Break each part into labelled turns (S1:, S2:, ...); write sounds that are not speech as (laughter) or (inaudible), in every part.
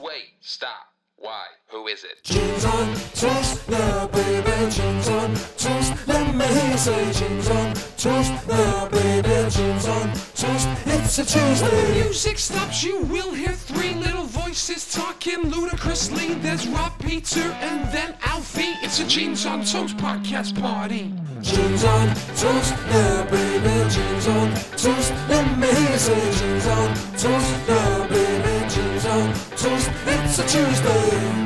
S1: Wait, stop. Why? Who is it?
S2: Jeans on, trust now, baby. Jeans on, trust. Let me hear you say jeans on, trust now, baby. Jeans on, trust. It's a
S3: When the
S2: Tuesday.
S3: music stops, you will hear three little voices talking ludicrously. There's Rob Peter and then Alfie. It's a Jeans on Toast podcast party.
S2: Jeans on, trust now, baby. Jeans on, trust. Let me hear you say jeans on, trust now, baby. Jeans on, trust. It's a Tuesday.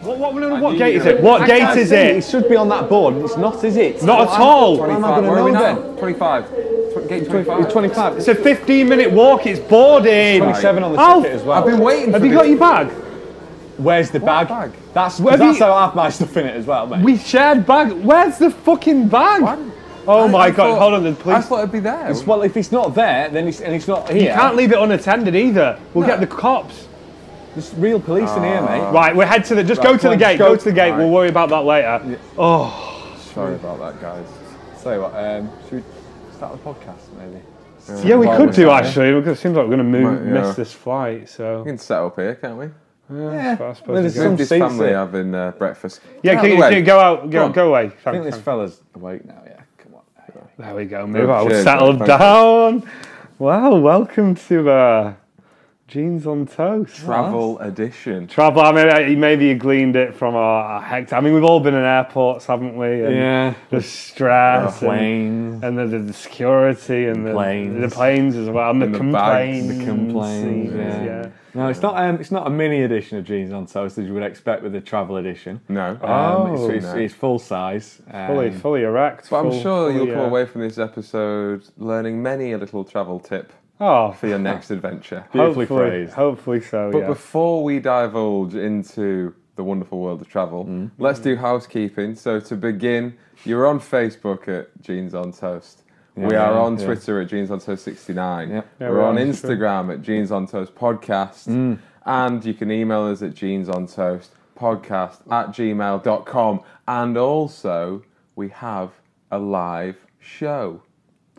S4: What, what, what, what gate is it? What gate is it?
S5: It should be on that board, and it's not, is it?
S4: Not at all.
S5: How am I
S6: Right,
S5: going to
S6: where are
S5: know
S6: we now?
S5: then?
S6: 25. Tw- Gate
S5: It's
S6: 25.
S5: 25.
S4: It's a 15 minute walk. It's boarding.
S5: 27 on the
S4: Alf,
S5: ticket as well.
S6: I've been waiting
S4: Have
S6: for
S4: you
S6: this.
S4: got your bag?
S5: Where's the bag?
S6: bag?
S5: That's 'cause
S4: Where have
S5: that's
S4: you-
S5: how half my stuff in it as well, mate.
S4: We shared bag. Where's the fucking bag? Oh
S6: I-
S4: my
S6: I
S4: god!
S6: thought-
S4: Hold on, the
S6: I
S4: police.
S6: thought it'd be there.
S5: It's- well, if it's not there, then it's and it's not here.
S4: You can't leave it unattended either. We'll get the cops.
S5: There's real police in here, mate.
S4: Right, we'll head to the. Just go
S5: Right,
S4: to the
S5: just
S4: gate. Go,
S5: go-
S4: to the gate. We'll
S6: Right.
S4: worry about that later. Oh,
S5: Sorry about that, guys. So, what, um, should we start the podcast maybe?
S4: yeah, we
S6: Well,
S4: could
S6: we
S4: do
S6: can't.
S4: actually because it seems like we're gonna move,
S6: Might, yeah.
S4: miss this flight. So
S6: We can set up here, can't we?
S4: yeah, I suppose
S5: Well,
S4: we
S5: it's
S4: go.
S5: Some
S6: Some this
S5: seats
S6: family
S5: here.
S6: having uh, breakfast.
S4: yeah,
S6: Out
S4: can
S6: the
S4: you,
S6: way.
S4: can you go out? Go,
S6: on.
S4: go away.
S5: I
S4: Frank,
S5: think this
S4: Frank.
S5: fella's awake now. Yeah, come on.
S4: There we go. Move on.
S6: cheers,
S4: Settle
S6: mate. Thank you.
S4: down. Wow. Welcome to uh, Jeans on Toast.
S6: Travel edition.
S4: Travel. I mean, I- maybe you gleaned it from our, our hectic. I mean, we've all been in airports, haven't we? And The stress. and-
S5: Planes.
S4: And, the, the, the security and the
S5: Planes.
S4: the planes as well, and,
S6: And
S4: the,
S6: the
S4: complaints.
S6: bags,
S5: the complaints,
S4: yeah.
S5: yeah. No, it's not. Um, it's not a mini edition of Jeans on Toast as you would expect with a travel edition.
S6: No.
S5: Um, it's,
S4: Oh,
S5: it's,
S6: no.
S5: it's full size. Um,
S4: Fully, fully erect.
S6: But I'm
S4: full-
S6: sure you'll
S4: fully,
S6: come
S4: uh,
S6: away from this episode learning many a little travel tip
S4: Oh, (laughs)
S6: for your next adventure.
S5: Beautifully
S4: hopefully,
S5: phrased.
S4: hopefully so.
S6: But
S4: yeah.
S6: before we divulge into the wonderful world of travel,
S5: Mm-hmm.
S6: let's do housekeeping. So to begin, you're on Facebook at Jeans on Toast. we
S5: Yeah,
S6: are on
S5: yeah.
S6: Twitter at Jeans on Toast 69.
S5: Yeah.
S6: we're,
S4: we're
S6: on
S4: on
S6: Instagram at Jeans on Toast Podcast.
S5: Mm.
S6: And you can email us at Jeans on Toast Podcast at gmail.com. And also, we have a live show,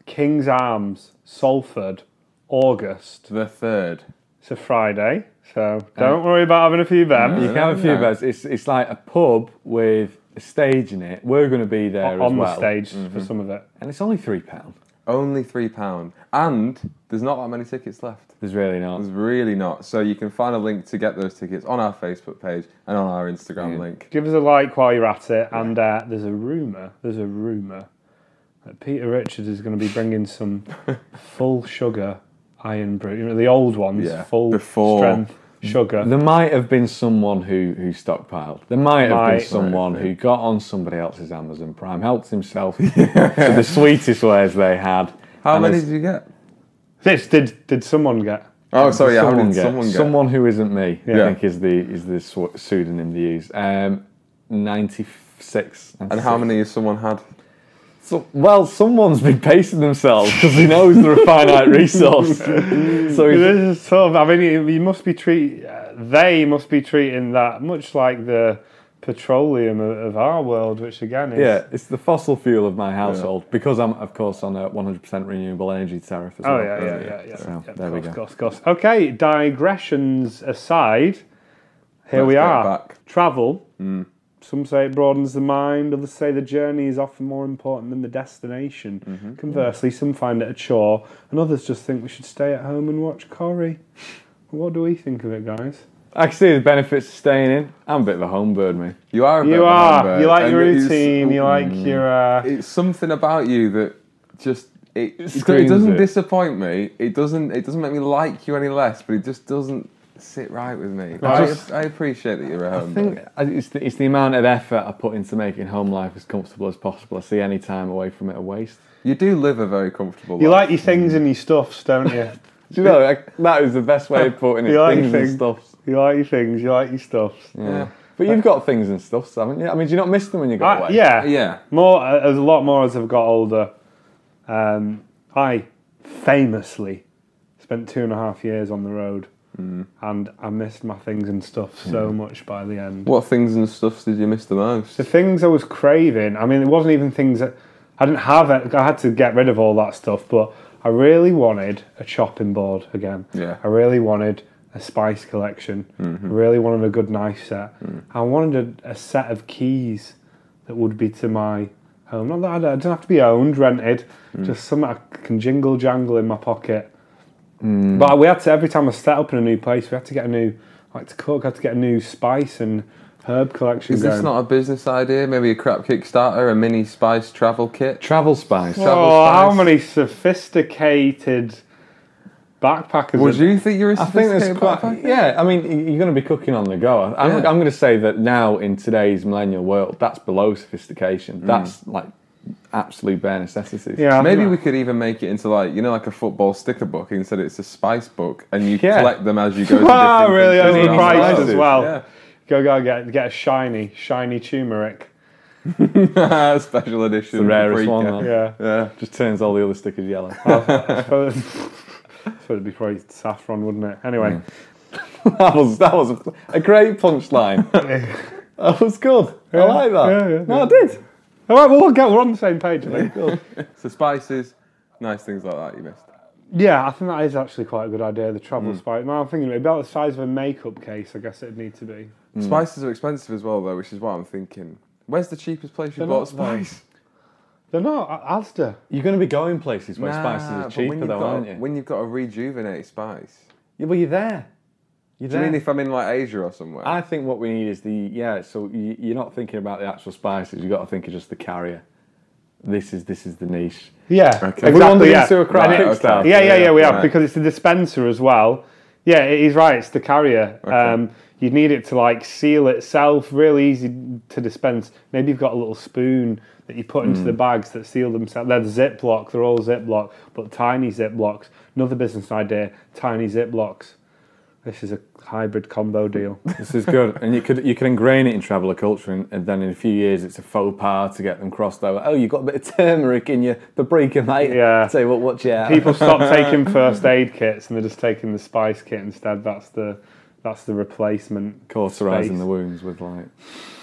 S4: King's Arms, Salford, August.
S6: the third.
S4: It's a Friday, so don't worry about having a few of them.
S5: You can have a few
S6: No.
S5: beds. It's it's like a pub with a stage in it. We're going to be there as
S4: on
S5: well.
S4: the stage
S6: Mm-hmm.
S4: for some of it.
S5: and it's only three pound.
S6: Only £3. And there's not that many tickets left.
S5: There's really not.
S6: It's really not. So you can find a link to get those tickets on our Facebook page and on our Instagram link.
S4: Give us a like while you're at it. And uh, there's a rumor. There's a rumor that Peter Richards is going to be bringing
S6: (laughs)
S4: some full sugar iron brew, you know, the old ones,
S6: Yeah,
S4: full
S6: before-
S4: strength sugar.
S5: There might have been someone who who stockpiled. There might have
S4: Might.
S5: been someone who got on somebody else's Amazon Prime, helped himself to
S6: (laughs)
S5: the sweetest wares they had.
S6: How
S5: And
S6: many
S5: there's-
S6: did you get?
S4: this did did someone get?
S6: Oh, sorry, yeah, how
S5: someone,
S6: many did
S5: get,
S6: someone get?
S5: someone who isn't me,
S4: Yeah.
S5: I think is the is the sw- pseudonym they use. Um, ninety six.
S6: And how many has someone had?
S5: So, well, someone's been pacing themselves because he knows they're a
S4: (laughs)
S5: finite resource. so he's,
S4: This is tough. I mean, you- you must be treat. Uh, they must be treating that much like the petroleum of, of our world, which again is
S5: yeah, it's the fossil fuel of my household because I'm, of course, on a 100% renewable energy tariff as
S4: Oh
S5: well.
S4: yeah, yeah, yeah, yeah.
S5: So
S4: yeah
S5: there we go.
S4: Goss, goss, goss. Okay, digressions aside, here
S6: Let's
S4: we
S6: get
S4: are.
S6: back.
S4: Travel.
S5: Hmm.
S4: Some say it broadens the mind. Others say the journey is often more important than the destination.
S5: Mm-hmm.
S4: Conversely, some find it a chore, and others just think we should stay at home and watch Corrie. What do we think of it, guys?
S5: I can see the benefits of staying in. I'm a bit of a home bird, mate.
S6: You are. A bit
S4: You
S6: of a
S4: are.
S6: hummingbird,
S4: You like your
S6: and it's-
S4: routine. You like your. Uh,
S6: It's something about you that just it, it,
S5: screams
S6: doesn't
S5: it.
S6: disappoint me. It doesn't. It doesn't make me like you any less. But it just doesn't sit right with me. I,
S4: Right.
S6: just, I appreciate that you're a home.
S5: I think it's the, it's the amount of effort I put into making home life as comfortable as possible. I see any time away from it a waste.
S6: You do live a very comfortable.
S4: you
S6: life.
S4: like your things and your stuffs, don't
S5: (laughs)
S4: you?
S5: Do you know, like, that is the best way
S4: (laughs)
S5: of putting it.
S4: You like
S5: things and
S4: things.
S5: stuffs.
S4: you like your things. You like your stuffs. Uh,
S6: Yeah.
S5: But you've got things and stuffs, haven't you? I mean, do you not miss them when you go
S4: I-
S5: away?
S4: yeah.
S6: Yeah.
S4: More uh, as a lot more as I've got older. Um, I famously spent two and a half years on the road, and I missed my things and stuff so much by the end.
S6: What things and stuffs did you miss the most?
S4: The things I was craving. I mean, it wasn't even things that I didn't have. It. I had to get rid of all that stuff, but I really wanted a chopping board again.
S6: Yeah. Mm-hmm.
S4: I really wanted a spice collection. I really wanted a good knife set.
S6: Mm.
S4: I wanted a, a set of keys that would be to my home. Not that I don't have to be owned, rented,
S6: Mm.
S4: just something I can jingle jangle in my pocket.
S6: Mm.
S4: But we had to every time I set up in a new place, we had to get a new like to cook, had to get a new spice and herb collection.
S6: Is this
S4: going.
S6: not a business idea? Maybe a crap Kickstarter, a mini spice travel kit?
S5: Travel spice.
S6: Travel
S4: oh, how
S6: spice?
S4: many sophisticated backpackers?
S6: Would
S4: are-
S6: you think you're a
S5: I think
S6: sophisticated
S5: that's quite.
S6: backpacker?
S5: Yeah, I mean, y- you're going to be cooking on the go. I'm,
S6: Yeah.
S5: I'm going to say that now in today's millennial world, that's below sophistication. That's like absolute bare
S4: Mm.
S5: necessities.
S4: Yeah, I
S6: Maybe
S4: think-
S6: we could even make it into like you know like a football sticker book instead it's a spice book and you
S5: Yeah. Ah,
S6: collect
S5: (laughs)
S6: them as you go. to
S4: Wow,
S6: different
S4: really
S6: countries around the
S4: overpriced
S6: world.
S4: as well.
S6: Yeah.
S4: Go go get get a shiny shiny turmeric.
S6: (laughs) Special edition,
S5: the rarest one.
S6: paprika.
S5: though.
S4: Yeah,
S6: Yeah.
S5: Just turns all the other stickers
S4: (laughs)
S5: yellow.
S4: so it'd be probably saffron, wouldn't it? Anyway,
S5: that was that was a, a
S4: (laughs)
S5: great punchline.
S6: Hmm.
S5: that was good. I like that.
S4: yeah, yeah,
S5: no,
S4: yeah.
S5: I did.
S4: all right, well we'll get we're on the same page. I think.
S6: So spices, nice things like that you missed.
S4: Yeah, I think that is actually quite a good idea. The travel
S6: Hmm.
S4: spice. Now I'm thinking about the size of a makeup case. I guess it'd need to be.
S5: Hmm.
S6: Spices are expensive as well though, which is what I'm thinking. Where's the cheapest place you
S4: They're
S6: bought
S4: not, though.
S5: (laughs)
S6: spice?
S4: They're not A- Asda.
S5: You're going to be going places where spices
S6: Nah,
S5: are
S6: but
S5: cheaper,
S6: you've
S5: though,
S6: got,
S5: aren't you?
S6: When you've got a rejuvenated spice.
S5: Yeah, well, you're there. You're
S6: Do
S5: there.
S6: you mean if I'm in like Asia or somewhere?
S5: I think what we need is the yeah. So you, you're not thinking about the actual spices. You've got to think of just the carrier. This is this is the niche.
S4: Yeah,
S5: Have we wandered
S4: exactly. Yeah.
S5: into a crap
S6: Right,
S5: Kickstarter?
S6: okay.
S4: yeah, yeah,
S6: Yeah,
S4: yeah, we have
S6: right.
S4: because it's the dispenser as well. Yeah, it is right. It's the carrier. Um, you need it to like seal itself. Really easy to dispense. Maybe you've got a little spoon that you put into the bags that seal themselves. They're Ziploc. They're all Ziploc, but tiny Ziplocs. Another business idea: tiny Ziplocs. This is a hybrid combo deal.
S5: This is good, and you could you can ingrain it in traveller culture, and, and then in a few years it's a faux pas to get them crossed over. Oh, you've got a bit of turmeric in your paprika, mate.
S4: Yeah.
S5: Tell you what, watch out.
S4: People
S5: (laughs)
S4: stop taking first aid kits and they're just taking the spice kit instead. That's the that's the replacement.
S5: cauterising
S4: Space.
S5: the wounds with like.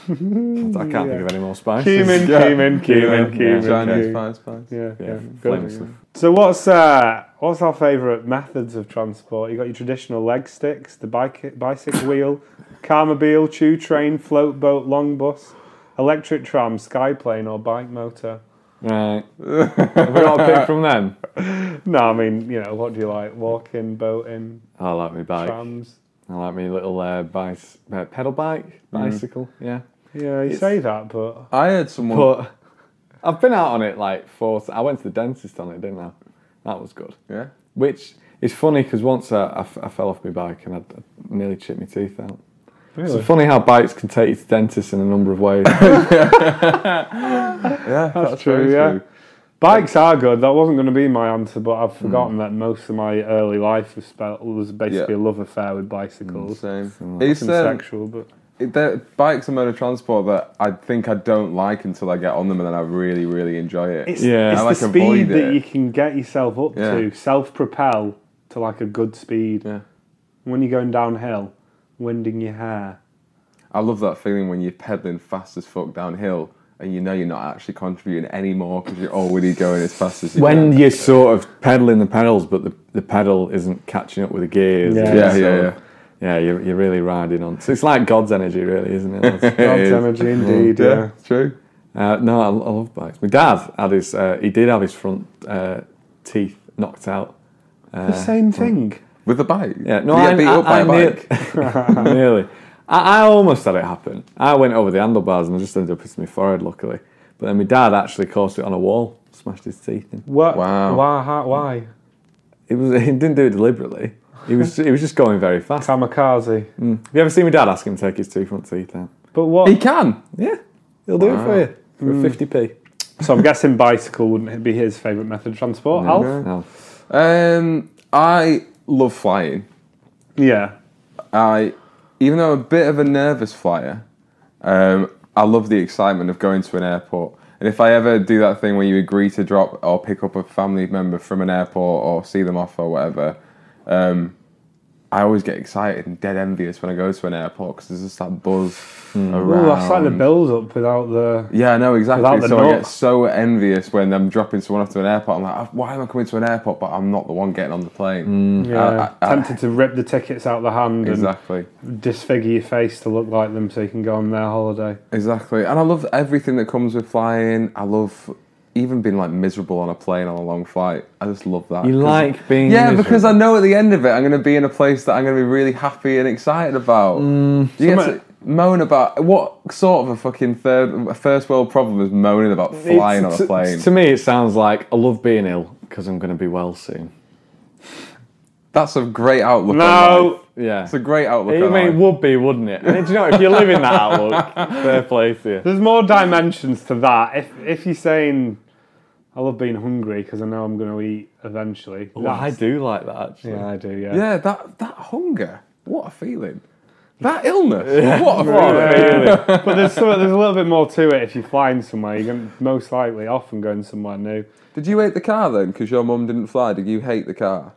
S5: I can't think of any more spices.
S4: Cumin,
S6: Yeah.
S4: cumin, cumin, cumin.
S6: Chinese
S4: cumin.
S6: spice, spice.
S4: Yeah, yeah,
S5: Yeah,
S4: good.
S5: flavour stuff.
S4: So what's uh, what's our favourite methods of transport? You got your traditional leg sticks, the bike, bicycle wheel, carmobile, chew train, float boat, long bus, electric tram, skyplane, or bike motor.
S5: Right. Have we got a pick
S4: (laughs)
S5: from them?
S4: No, I mean you know what do you like? Walking, boating,
S5: I like my bike.
S4: trams.
S5: I like my little uh, bice, uh, pedal bike,
S6: Mm.
S5: bicycle. Yeah.
S4: Yeah, you say that, but
S6: I heard someone
S5: But I've been out on it like four. I went to the dentist on it, didn't I? That was good.
S6: Yeah.
S5: Which is funny because once I, I f- I fell off my bike and I, I nearly chipped my teeth out.
S4: really,
S5: It's funny how bikes can take you to dentists in a number of
S6: (laughs)
S5: ways.
S6: Yeah, that's,
S4: true,
S6: very
S4: yeah. bikes are good. That wasn't going to be my answer, but I've
S6: Hmm.
S4: forgotten that most of my early life was, spelt, was basically
S6: Yeah.
S4: a love affair with bicycles.
S6: Same.
S4: It's
S6: It's, um,
S4: sexual, but
S6: it- there- bikes are mode of transport that I think I don't like until I get on them, and then I really, really enjoy it.
S4: It's,
S5: Yeah.
S4: it's
S5: I,
S6: like,
S4: the
S6: avoid
S4: speed that
S6: it.
S4: you can get yourself up
S6: Yeah.
S4: to, self propel to like a good speed.
S6: Yeah.
S4: When you're going downhill, winding your hair.
S6: I love that feeling when you're pedaling fast as fuck downhill, and you know you're not actually contributing anymore because you're already going as fast as you
S5: when
S6: can.
S5: you're sort of pedaling the pedals, but the, the pedal isn't catching up with the gears.
S4: Yeah.
S6: Yeah,
S5: So,
S6: yeah, yeah.
S5: yeah, you're, you're really riding on. So it's like God's energy, really, isn't it?
S6: (laughs)
S5: That's-
S6: It
S4: God's
S6: is. Mm-hmm.
S4: energy, indeed. Yeah.
S6: Yeah, true.
S5: Uh, no, I, I love bikes. My dad had his. Uh, he did have his front uh, teeth knocked out.
S4: The same thing.
S6: With the bike.
S5: Yeah, no,
S6: you
S5: I
S6: get beat up by
S5: I-
S6: a
S5: I (laughs)
S6: bike.
S5: near- nearly. I, I almost had it happen. I went over the handlebars and I just ended up hitting my forehead, luckily. But then my dad actually caught it on a wall, smashed his teeth in.
S4: What?
S6: Wow.
S4: Why? how- why?
S5: It was. (laughs) He didn't do it deliberately. He was. he was just going very fast. Have
S4: Kamikaze.
S5: you ever seen my dad ask him to take his two front teeth out?
S4: But what?
S6: He can.
S5: Yeah, he'll do it for you for fifty p.
S4: so I'm guessing bicycle wouldn't be his favourite method of transport. Alf?
S6: Um, I love flying.
S4: Yeah.
S6: I, even though I'm a bit of a nervous flyer, um, I love the excitement of going to an airport. And if I ever do that thing where you agree to drop or pick up a family member from an airport or see them off or whatever, um, I always get excited and dead envious when I go to an airport because there's just that buzz around.
S4: Hmm. Ooh, that's like the build up without the.
S6: Yeah, no,
S4: Without
S6: exactly.
S4: the
S6: So I get
S4: nuts.
S6: so envious when I'm dropping someone off to an airport. I'm like, "Oh, why am I coming to an airport? But I'm not the one getting on the plane.
S4: Yeah,
S6: I- I-
S4: tempted to rip the tickets out the hand
S6: Exactly.
S4: and disfigure your face to look like them so you can go on their holiday.
S6: Exactly. And I love everything that comes with flying. I love even being like miserable on a plane on a long flight. I just love that.
S5: You
S6: 'Cause-
S5: like being
S6: Yeah,
S5: miserable.
S6: because I know at the end of it, I'm going to be in a place that I'm going to be really happy and excited about.
S5: Mm,
S6: you get to
S4: somewhat-
S6: moan about what sort of a fucking third, a first world problem is moaning about flying
S5: It's-
S6: on a plane?
S5: To, to me, it sounds like I love being ill because I'm going to be well soon.
S6: That's a great outlook. on life.
S4: No,
S5: Yeah.
S6: it's a great outlook.
S5: I
S6: on
S5: mean, it
S6: life.
S5: would be, wouldn't it? And do you know, if you live in that
S4: (laughs)
S5: outlook, fair play to you.
S4: there's more dimensions to that. If if you're saying, I love being hungry because I know I'm going to eat eventually.
S5: Well, I
S4: that's-
S5: do like that, actually.
S4: Yeah, I do. Yeah.
S6: Oh, Yeah, that that hunger. What a feeling.
S5: (laughs)
S6: That illness. What a feeling.
S4: but there's some, there's a little bit more to it if you're flying somewhere. You're going most likely often going somewhere new.
S6: Did you hate the car then? Because your mum didn't fly. Did you hate the car?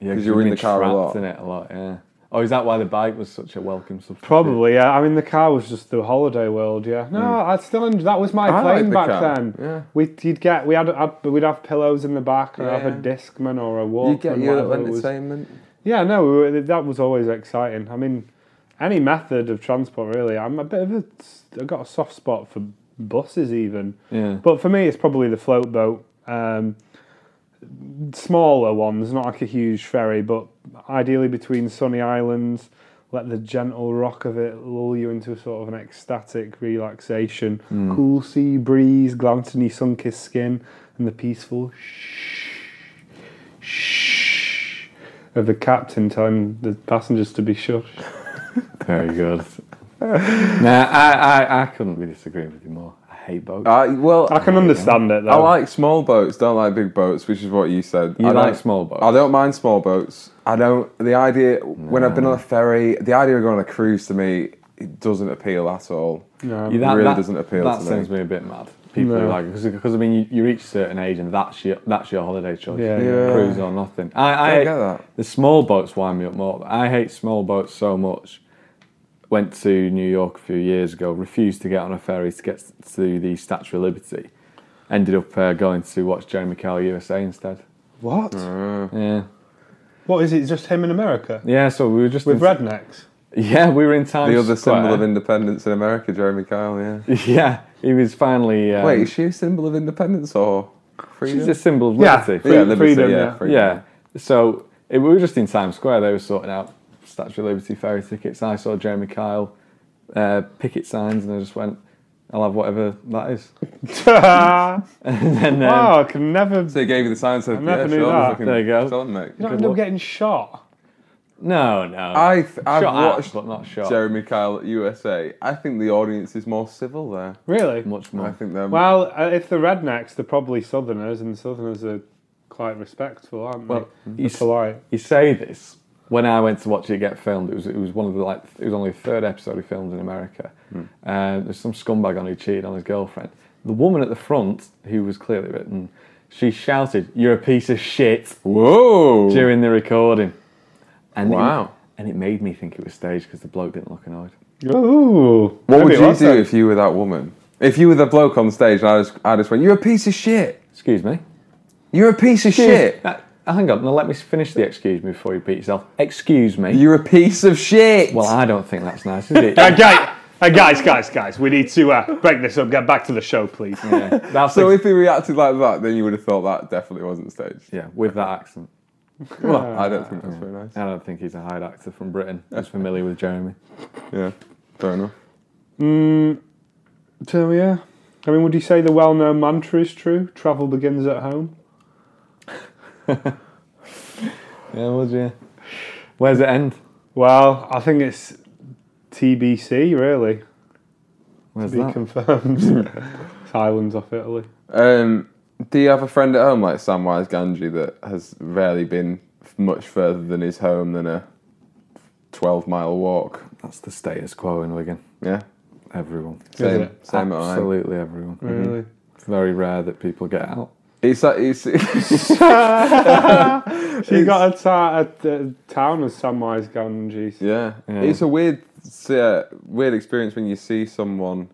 S5: Yeah,
S6: 'Cause you were in
S5: we've been
S6: the car a
S5: trapped
S6: lot.
S5: in it a lot, yeah. Oh, is that why the bike was such a welcome substitute?
S4: Probably, yeah. I mean, the car was just the holiday world, yeah. No, I still enjoy, that was my
S6: Hmm. I like
S4: plane
S6: the
S4: back
S6: car,
S4: then.
S6: yeah.
S4: We you'd get we had I'd, we'd have pillows in the back, or have
S6: Yeah.
S4: a discman or a
S6: You
S4: walkman.
S6: get your little
S4: whatever it was.
S6: entertainment.
S4: Yeah, no, we were, that was always exciting. I mean, any method of transport really. I'm a bit of a I got a soft spot for buses even.
S5: Yeah.
S4: But for me, it's probably the float boat. Um, smaller ones, not like a huge ferry, but ideally between sunny islands. Let the gentle rock of it lull you into a sort of an ecstatic relaxation.
S6: Hmm.
S4: Cool sea breeze, glancing your sun-kissed skin, and the peaceful shh, shh of the captain telling the passengers to be shush.
S5: Very good. nah, I, I, I couldn't be disagreeing with you more. I hate boats.
S6: I, well,
S4: I can understand it though.
S6: I like small boats, don't like big boats, which is what you said.
S5: You
S6: I
S5: like
S6: don't-
S5: small boats?
S6: I don't mind small boats. I don't. The idea when I've been on a ferry, the idea of going on a cruise to me, it doesn't appeal at all.
S4: No.
S5: You-
S6: really doesn't appeal
S5: That
S6: to me.
S5: sends me a bit mad. People who
S4: No.
S5: like because I mean you, you reach a certain age and that's your that's your holiday choice.
S4: Yeah,
S6: yeah.
S5: cruise or nothing. I, I
S6: Don't
S5: hate-
S6: get that.
S5: The small boats wind me up more. I hate small boats so much. Went to New York a few years ago. Refused to get on a ferry to get to the Statue of Liberty. Ended up uh, going to watch Jeremy Kyle USA instead.
S4: what?
S6: Uh.
S5: Yeah,
S4: What is it? Just him in America
S5: yeah. So we were just
S4: with
S5: in,
S4: rednecks?
S5: (laughs) Yeah, we were in Times
S6: The other
S5: Square.
S6: symbol of independence in America, Jeremy Kyle. Yeah.
S5: (laughs) yeah, he was finally. Um,
S6: Wait, is she a symbol of independence or freedom?
S5: she's a symbol of
S4: Yeah.
S5: liberty.
S6: yeah, liberty,
S4: freedom,
S6: yeah,
S4: yeah.
S6: freedom.
S5: Yeah. So it, we were just in Times Square. They were sorting out Statue of Liberty ferry tickets. And I saw Jeremy Kyle uh, picket signs, and I just went, "I'll have whatever that is."
S4: (laughs)
S5: (laughs)
S4: oh,
S5: And then, um,
S4: I can never.
S6: So he gave you the sign and said,
S4: never
S6: yeah,
S4: knew
S6: sure,
S4: that.
S6: fucking
S5: There you go.
S6: sell it, mate.
S4: You don't end up getting shot.
S5: no, no.
S6: I th- I've
S5: shot at,
S6: watched
S5: but not shot.
S6: Jeremy Kyle at USA. I think the audience is more civil there.
S4: Really?
S5: Much
S6: I
S5: more.
S6: think they're
S4: Well, uh, if they're rednecks, they're probably southerners, and southerners are quite respectful, aren't they?
S5: Well,
S4: They're
S5: he's-
S4: polite.
S5: You say this when I went to watch it get filmed. It was it was one of the like it was only the third episode he filmed in America.
S6: Hmm.
S5: Uh, there's some scumbag on who cheated on his girlfriend. The woman at the front, who was clearly written, she shouted, "You're a piece of shit."
S6: Whoa!
S5: during the recording. And
S6: Wow.
S5: It, and it made me think it was staged because the bloke didn't look annoyed.
S4: Ooh.
S6: what would you do
S4: uh,
S6: if you were that woman? If you were the bloke on stage, and I just, I just went, "You're a piece of shit.
S5: Excuse me.
S6: You're a piece of shit.
S5: Uh, hang on. Now let me finish the excuse me before you beat yourself. Excuse me.
S6: You're a piece of shit."
S5: well, I don't think that's nice, is (laughs) it?
S4: Uh, guy, uh, guys, guys, guys, we need to uh, break this up. Get back to the show, please.
S5: Yeah, that's
S6: so
S5: ex-
S6: if he reacted like that, then you would have thought that definitely wasn't staged.
S5: yeah, with that accent.
S6: Well, I don't think that's very nice.
S5: I don't think he's a hired actor from Britain. He's familiar with Jeremy.
S6: Yeah, fair enough.
S4: So, yeah. I mean, would you say the well known mantra is true? Travel begins at home?
S5: Yeah, would you? Where's it end?
S4: Well, I think it's TBC, really,
S5: Where's
S4: to be
S5: that?
S6: (laughs)
S4: confirmed. it's islands off Italy.
S6: Um, do you have a friend at home like Samwise Ganji that has rarely been f- much further than his home than a twelve-mile walk?
S5: That's the status quo in Wigan.
S6: Yeah,
S5: Everyone.
S6: same,
S4: it?
S6: same at mine.
S5: Absolutely everyone. Mm-hmm.
S4: Really?
S5: It's very rare that people get out.
S6: It's that it's, (laughs) it's
S4: She got a, ta- a, a town as Samwise Ganges.
S6: yeah. It's a weird it's a weird experience when you see someone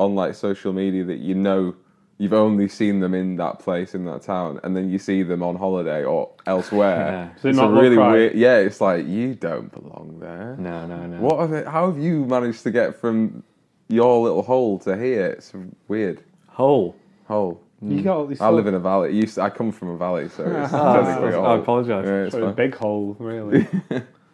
S6: on like social media that you know you've only seen them in that place in that town, and then you see them on holiday or elsewhere.
S5: Yeah.
S4: Does it
S6: it's
S4: not
S6: a
S4: look
S6: really
S4: right?
S6: weird. Yeah, it's like you don't belong there.
S5: No, no, no.
S6: What have it, how have you managed to get from your little hole to here? It's weird
S5: Hole.
S6: hole.
S4: You got all these.
S6: I live in a valley. You, s- I come from a valley,
S5: (laughs)
S6: so it's technically a
S5: Oh, I
S6: hole.
S5: apologise.
S6: Yeah, it's
S4: Sort of
S6: fine.
S4: big hole, really.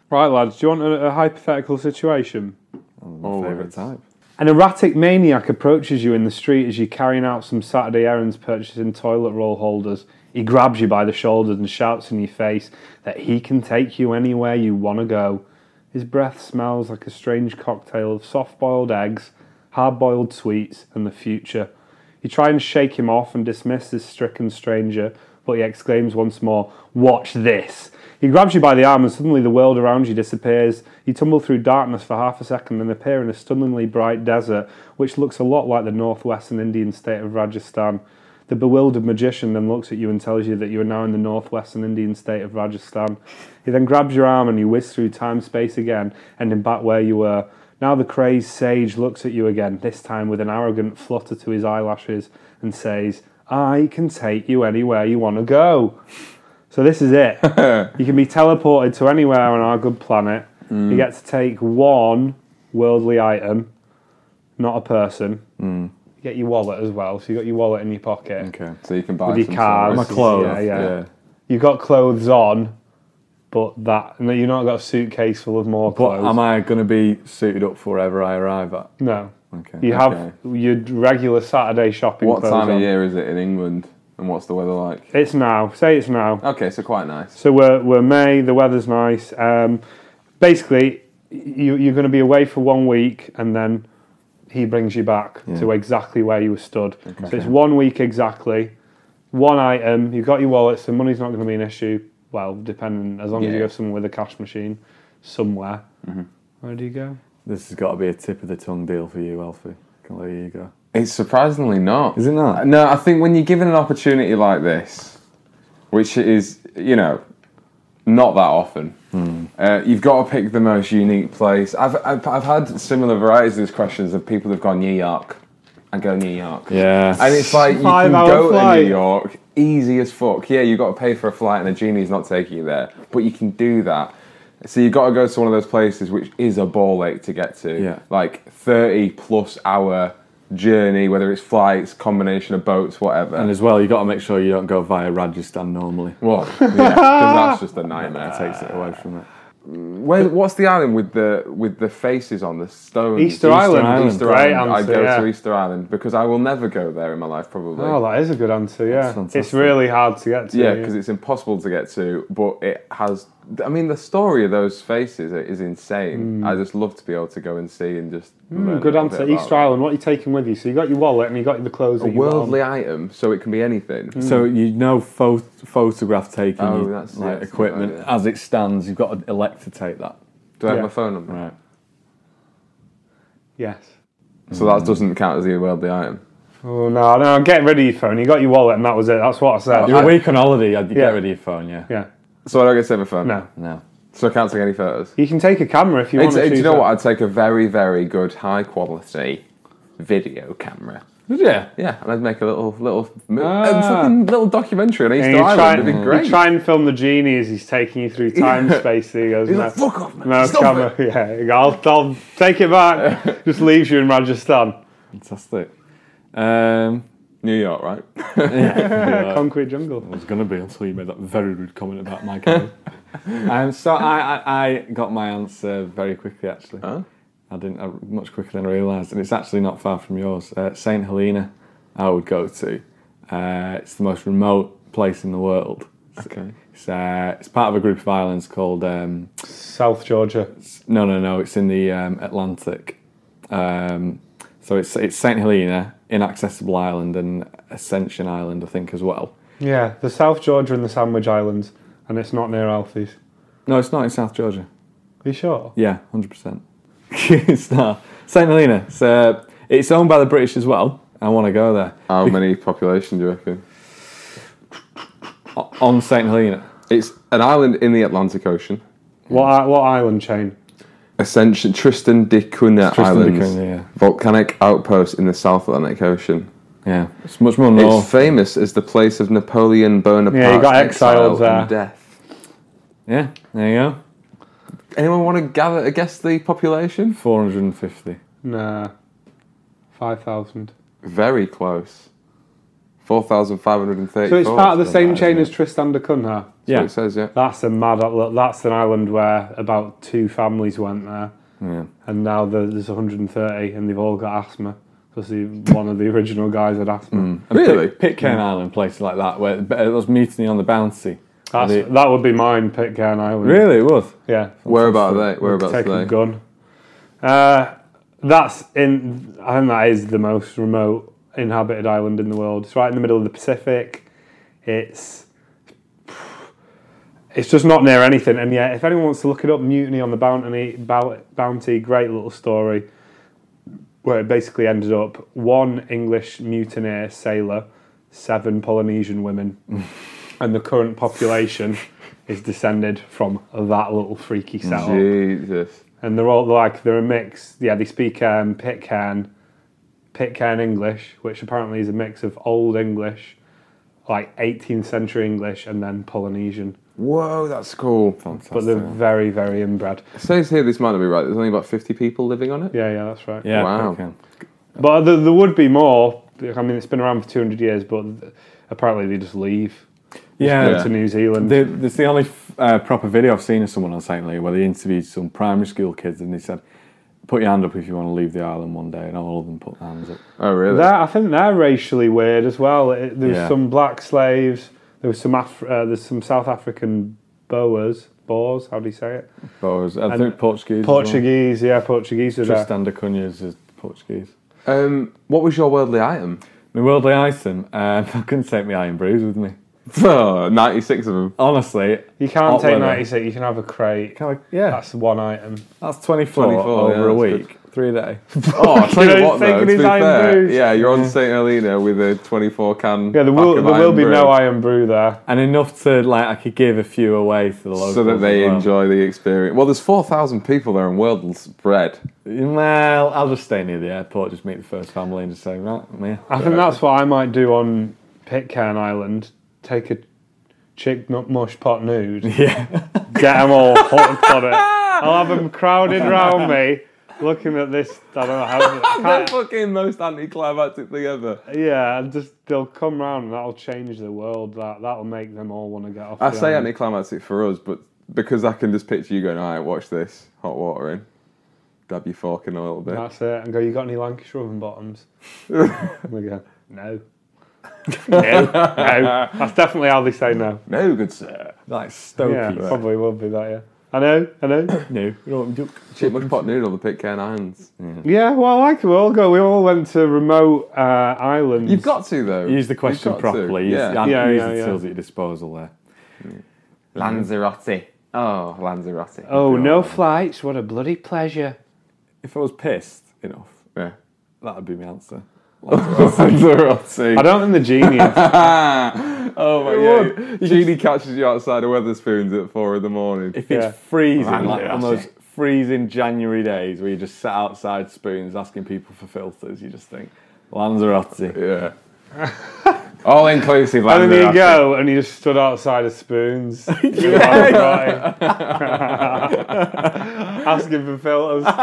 S4: right, lads, do you want a, a hypothetical situation?
S5: My favourite type.
S4: An erratic maniac approaches you in the street as you're carrying out some Saturday errands purchasing toilet roll holders. He grabs you by the shoulders and shouts in your face that he can take you anywhere you want to go. His breath smells like a strange cocktail of soft boiled eggs, hard boiled sweets, and the future. You try and shake him off and dismiss this stricken stranger, but he exclaims once more, Watch this! He grabs you by the arm, and suddenly the world around you disappears. You tumble through darkness for half a second and appear in a stunningly bright desert, which looks a lot like the northwestern Indian state of Rajasthan. The bewildered magician then looks at you and tells you that you are now in the northwestern Indian state of Rajasthan. He then grabs your arm and you whiz through time space again, ending back where you were. Now the crazed sage looks at you again, this time with an arrogant flutter to his eyelashes, and says, I can take you anywhere you want to go. So this is it. you can be teleported to anywhere on our good planet. You get to take one worldly item, not a person. You get your wallet as well, so you got your wallet in your pocket.
S5: Okay.
S6: So you can buy
S4: With your
S6: some
S4: cars.
S6: toys.
S4: My clothes, Yeah, yeah.
S5: yeah.
S4: You've got clothes on, but that no, you've not got a suitcase full of more
S5: But
S4: clothes.
S5: am I going to be suited up for wherever I arrive at?
S4: no.
S5: Okay.
S4: You
S6: Okay.
S4: have your regular Saturday shopping.
S6: What
S4: clothes
S6: time
S4: on.
S6: of year is it in England, and what's the weather like?
S4: It's now. Say it's now.
S6: Okay, so quite nice.
S4: So we're, we're May, the weather's nice. Um, basically, you, you're going to be away for one week and then he brings you back to exactly where you were stood. So it's one week exactly, one item, you've got your wallet, so money's not going to be an issue. Well, depending, as long as you
S6: Yeah. Mm-hmm.
S4: have someone with a cash machine somewhere. Where do you go?
S5: This has got to be a tip of the tongue deal for you, Alfie. Can't let you go.
S6: It's surprisingly not. Uh,
S5: Is it not?
S6: No, I think when you're given an opportunity like this, which is, you know, not that often, uh, you've got to pick the most unique place. I've, I've, I've had similar varieties of these questions of people who've gone New York. I go New York.
S5: Yeah.
S6: And it's like you
S4: Five
S6: can
S4: hour
S6: go to
S4: flight.
S6: New York easy as fuck. Yeah, you've got to pay for a flight and the genie's not taking you there, but you can do that. So you've got to go to one of those places which is a ball ache to get to.
S5: Yeah.
S6: Like 30 plus hour journey, whether it's flights, combination of boats, whatever.
S5: And as well, you got to make sure you don't go via Rajasthan normally.
S6: well, (laughs) yeah, 'cause that's just a nightmare.
S5: That takes it away from it.
S6: Where, what's the island with the with the faces on the stones?
S4: Easter Island.
S6: Easter
S4: Great
S6: Island. I
S4: answer,
S6: go
S4: yeah.
S6: to Easter Island because I will never go there in my life, probably.
S4: Oh, that is a good answer, yeah.
S5: fantastic.
S4: It's really hard to get to.
S6: Yeah, because it's impossible to get to, but it has. I mean, the story of those faces i- is insane. I just love to be able to go and see and just. learn a
S4: Hmm. Good
S6: little
S4: answer.
S6: bit about
S4: Easter Island, what are you taking with you? So you got your wallet and you got the clothes
S6: it.
S4: that
S6: A
S4: you got on.
S6: worldly item, so it can be anything.
S4: Hmm.
S5: So you know, pho- photograph taking
S6: Oh,
S5: you-
S6: that's-
S5: like,
S6: that's-
S5: equipment
S6: yeah.
S5: as it stands, you've got to elect to take that.
S6: Do I have
S4: Yeah.
S6: my phone number?
S5: Right.
S4: Yes.
S6: So that doesn't count as a worldly item.
S4: Oh no, no, I'm getting rid of your phone. You got your wallet and that was it. That's what I said.
S5: You're a week on holiday. You
S4: Yeah.
S5: get rid of your phone. Yeah.
S4: yeah.
S6: So I don't get to have a phone.
S4: No.
S5: No.
S6: So I can't take any photos.
S4: You can take a camera if you
S6: It's,
S4: want to.
S6: do you
S4: choose
S6: know
S4: that.
S6: what? I'd take a very, very good, high quality video camera.
S5: Yeah.
S6: Yeah, and I'd make a little, little, mo-
S4: Ah.
S6: a fucking little documentary on Easter
S4: And you
S6: Island.
S4: try,
S6: It'd be great.
S4: you try and film the genie as he's taking you
S6: (laughs)
S4: through time space. So he goes,
S6: He's
S4: no,
S6: like, "Fuck off, man.
S4: no
S6: Stop
S4: camera. (laughs) Yeah, he goes, I'll, I'll take it
S6: (laughs)
S4: back. Just leaves you in Rajasthan.
S5: Fantastic. Um,
S6: New York, right?
S4: Yeah, concrete jungle.
S5: was going to be until you made that very rude comment about my cabin. (laughs) um, so I, I, I got my answer very quickly, actually. I didn't I, much quicker than I realised, and it's actually not far from yours. Uh, Saint Helena, I would go to. Uh, it's the most remote place in the world.
S6: okay.
S5: It's, uh, it's part of a group of islands called. Um,
S4: South Georgia.
S5: no, no, no. It's in the um, Atlantic. Um, so it's it's Saint Helena, inaccessible island, and Ascension Island, I think, as well.
S4: Yeah, the South Georgia and the Sandwich Islands. And it's not near Alfie's.
S5: No, it's not in South Georgia.
S4: Are you sure?
S5: Yeah, hundred percent. (laughs) It's not Saint Helena. It's, uh, it's owned by the British as well. I want to go there.
S6: How many population do you reckon?
S5: on St Helena.
S6: It's an island in the Atlantic Ocean.
S4: What, i- what island chain?
S6: Ascension Tristan da Cunha
S5: Tristan da
S6: Islands,
S5: Cunha, yeah.
S6: volcanic outpost in the South Atlantic Ocean.
S5: Yeah, it's much more
S6: It's
S5: north.
S6: famous as the place of Napoleon Bonaparte.
S4: Oh. Yeah, he got exiled there.
S6: and death.
S5: yeah, there you go.
S6: Anyone want to gather? I guess the population.
S5: Four hundred and fifty.
S4: Nah. 5,000.
S6: Very close. Four thousand five hundred and thirty.
S4: So it's part of the same chain as Tristan da Cunha.
S5: Yeah,
S6: It says yeah.
S4: That's a mad. look, That's an island where about two families went there, and now there- there's 130, and they've all got asthma because one of the (laughs) original guys had asthma.
S5: Mm.
S6: Really?
S5: Pitcairn Island, places like that, where it was mutiny on the Bounty.
S4: That's,
S5: They-
S4: that would be mine, Pitcairn Island.
S5: Really, it was.
S4: Yeah.
S6: Where about they? Whereabouts
S4: Take
S6: are
S4: a
S6: they?
S4: gun. Uh, that's in. I think that is the most remote inhabited island in the world. It's right in the middle of the Pacific. It's it's just not near anything. And yet, if anyone wants to look it up, Mutiny on the Bounty, Bou- Bounty, great little story, where it basically ended up one English mutineer sailor, seven Polynesian women,
S6: (laughs)
S4: and the current population is descended from that little freaky setup
S6: Jesus.
S4: and they're all like they're a mix. Yeah, they speak um, Pitcairn, Pitcairn English, which apparently is a mix of Old English, like 18th century English, and then Polynesian.
S6: Whoa, that's cool.
S4: But they're very, very inbred.
S6: It says here this might not be right. There's only about fifty people living on it.
S4: Yeah, yeah, that's right.
S5: Yeah,
S6: Wow.
S5: Pitcairn.
S4: But there, there would be more. I mean, it's been around for 200 years, but th- apparently they just leave.
S5: Yeah,
S4: Go to New Zealand.
S5: The, that's the only uh, proper video I've seen of someone on St. Lee where they interviewed some primary school kids and they said, "Put your hand up if you want to leave the island one day," and all of them put their hands up.
S6: Oh really?
S4: That, I think they're racially weird as well. It, there was
S5: Yeah.
S4: some black slaves. There was some Af- uh, there's some South African boas, boars. How do you say it?
S6: Oh,
S5: But it was- I think Portuguese. as well.
S4: Portuguese, yeah, Portuguese are there.
S5: Tristan da Cunha's is Portuguese.
S6: Um, what was your worldly (laughs) item?
S5: My worldly item. Um, (laughs) I couldn't take my iron brews with me.
S6: Oh, 96 of them.
S5: Honestly,
S4: You can't
S5: Hot
S4: take
S5: weather.
S4: 96, you can have a crate.
S5: kind of, yeah, that's,
S4: That's one item.
S5: 24,
S6: 24,
S5: over
S6: yeah,
S5: a
S6: that's
S5: week, three a day. (laughs)
S6: Oh, I'll tell
S4: He's
S6: (laughs) you what, though,
S4: taking
S6: to
S4: his
S6: be
S4: iron
S6: fair,
S4: brews.
S6: yeah, you're on St. Helena with a 24 can.
S4: Yeah, there will,
S6: pack
S4: there
S6: of
S4: will
S6: iron
S4: be no
S6: brews
S4: iron brew there.
S5: and enough to like I could give a few away to the locals.
S6: So that they
S5: as well.
S6: enjoy the experience. Well, there's 4,000 people there in World's Bread.
S5: Well, I'll just stay near the airport, just meet the first family, and just say, right, I'm here.
S4: I think that's what I might do on Pitcairn Island. Take a chick nut mush pot (laughs) nude, get
S5: Yeah.
S4: them all hooked on it. I'll have them crowded round me, looking at this. I don't know (laughs) how.
S6: The fucking most anticlimactic thing ever.
S4: yeah, and just they'll come round and that'll change the world. That that'll make them all want to get off.
S6: I
S4: the
S6: say
S4: island.
S6: anticlimactic for us, but because I can just picture you going, all right, watch this, hot water in, dab your fork in a little bit.
S4: That's it. And go, you got any Lancashire oven
S6: (laughs)
S4: bottoms? and they go, no. (laughs) no. No. That's definitely how they say no.
S6: No, good sir.
S5: Like Stokey.
S4: Yeah, probably will be that, yeah. I know, I know. (coughs)
S5: No, we don't do-
S6: Cheap much pot noodle, the Pitcairn Islands.
S4: yeah, well, I could all go. We all went to remote uh, islands.
S6: You've got to, though.
S5: Use the question
S6: You've got to,
S5: properly. Use,
S6: Yeah.
S5: yeah,
S4: Yeah,
S5: use
S4: yeah,
S5: the
S4: yeah.
S5: tools at your disposal there.
S6: Lanzarote. Oh, Lanzarote.
S4: Oh, no flights. What a bloody pleasure.
S5: If I was pissed enough,
S6: Yeah. (laughs)
S5: that would be my answer.
S6: Lanzarote.
S4: I don't think the genius.
S6: (laughs) Oh my
S4: It
S6: god. Genie catches you outside of Weatherspoons at four in the morning.
S5: If
S4: Yeah.
S5: it's freezing,
S6: Randy
S5: like on
S6: Rossi.
S5: those freezing January days where you just sat outside spoons asking people for filters, you just think, Lanzarote.
S6: yeah. All inclusive
S4: and then you
S6: Lanzarote.
S4: go, and you just stood outside of
S6: (laughs)
S4: spoons. You were like, right. (laughs) Asking for filters.
S5: (laughs)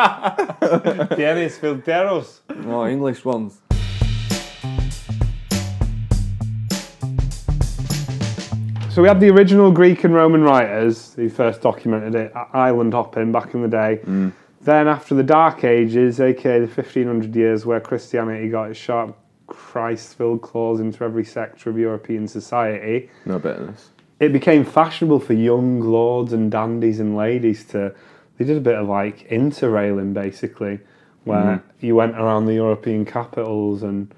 S4: Tienes filteros.
S5: Oh, English ones.
S4: So we had the original Greek and Roman writers who first documented it, i- island hopping back in the day. Then, after the Dark Ages, aka the 1500 years, where Christianity got its sharp Christ filled claws into every sector of European society,
S6: No bitterness.
S4: it became fashionable for young lords and dandies and ladies to. They did a bit of like interrailing basically, where you went around the European capitals and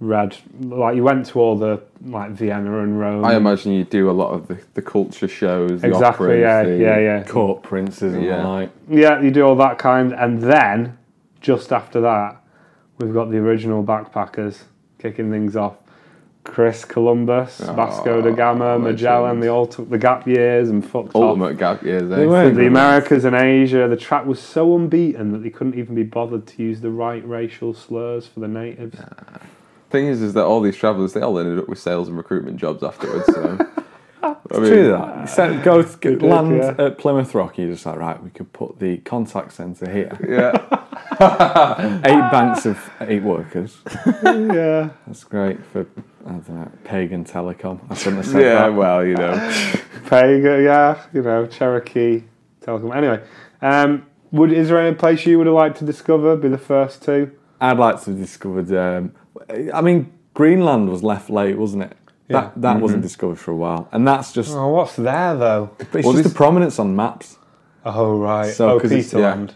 S4: read, like, you went to all the, like, Vienna and Rome.
S6: I imagine you do a lot of the, the culture shows, the
S4: Exactly.
S6: operas,
S4: Yeah.
S6: the-
S4: Yeah. Yeah.
S5: Court princes and
S6: Yeah.
S5: the like.
S4: Yeah. You do all that kind, and then just after that, we've got the original backpackers kicking things off. Chris Columbus,
S6: Ah,
S4: Vasco da Gama, Magellan, they all took the gap years and fucked off.
S6: Ultimate gap years. eh?
S4: They were. The Americas and Asia, the track was so unbeaten that they couldn't even be bothered to use the right racial slurs for the natives.
S6: thing is, is that all these travellers, they all ended up with sales and recruitment jobs afterwards.
S4: (laughs)
S6: So. I mean,
S5: True that. You send- go to- land
S4: yeah.
S5: at Plymouth Rock, and you're just like, right, we could put the contact centre here.
S4: (laughs)
S6: Yeah.
S5: Eight banks of eight workers.
S4: yeah.
S5: That's great for, I don't know, pagan telecom. I shouldn't have said
S6: Yeah,
S5: that.
S6: well, you know.
S4: Pega, yeah, you know, Cherokee, Telecom. Anyway, um, would is there any place you would have liked to discover? Be the first two.
S5: I'd like to have discovered, um, I mean, Greenland was left late, wasn't it? That,
S6: Mm-hmm.
S5: that wasn't discovered for a while. And that's just,
S4: Oh, what's there though?
S5: but it's just the prominence on maps. (laughs)
S4: Oh right,
S5: So,
S4: oh
S5: 'cause it's-
S4: Peterland.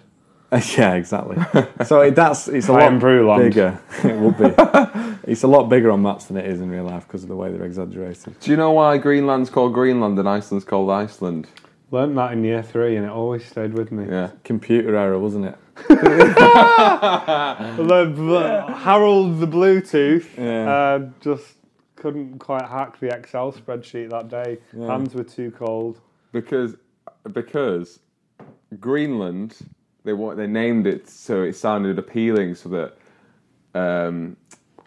S5: yeah, exactly.
S6: (laughs)
S5: So it, that's it's a
S4: I
S5: lot
S4: am Bruland.
S5: bigger. (laughs) it would
S6: (laughs)
S5: be. It's a lot bigger on maps than it is in real life because of the way they're exaggerated.
S6: Do you know why Greenland's called Greenland and Iceland's called Iceland?
S4: Learned that in year three, and it always stayed with me.
S6: Yeah.
S5: Computer error, wasn't it?
S4: The, the- uh, Harold the Bluetooth
S5: Yeah.
S4: uh, just couldn't quite hack the Excel spreadsheet that day. Hands were too cold.
S6: Because because Greenland they wa- they named it so it sounded appealing so that um,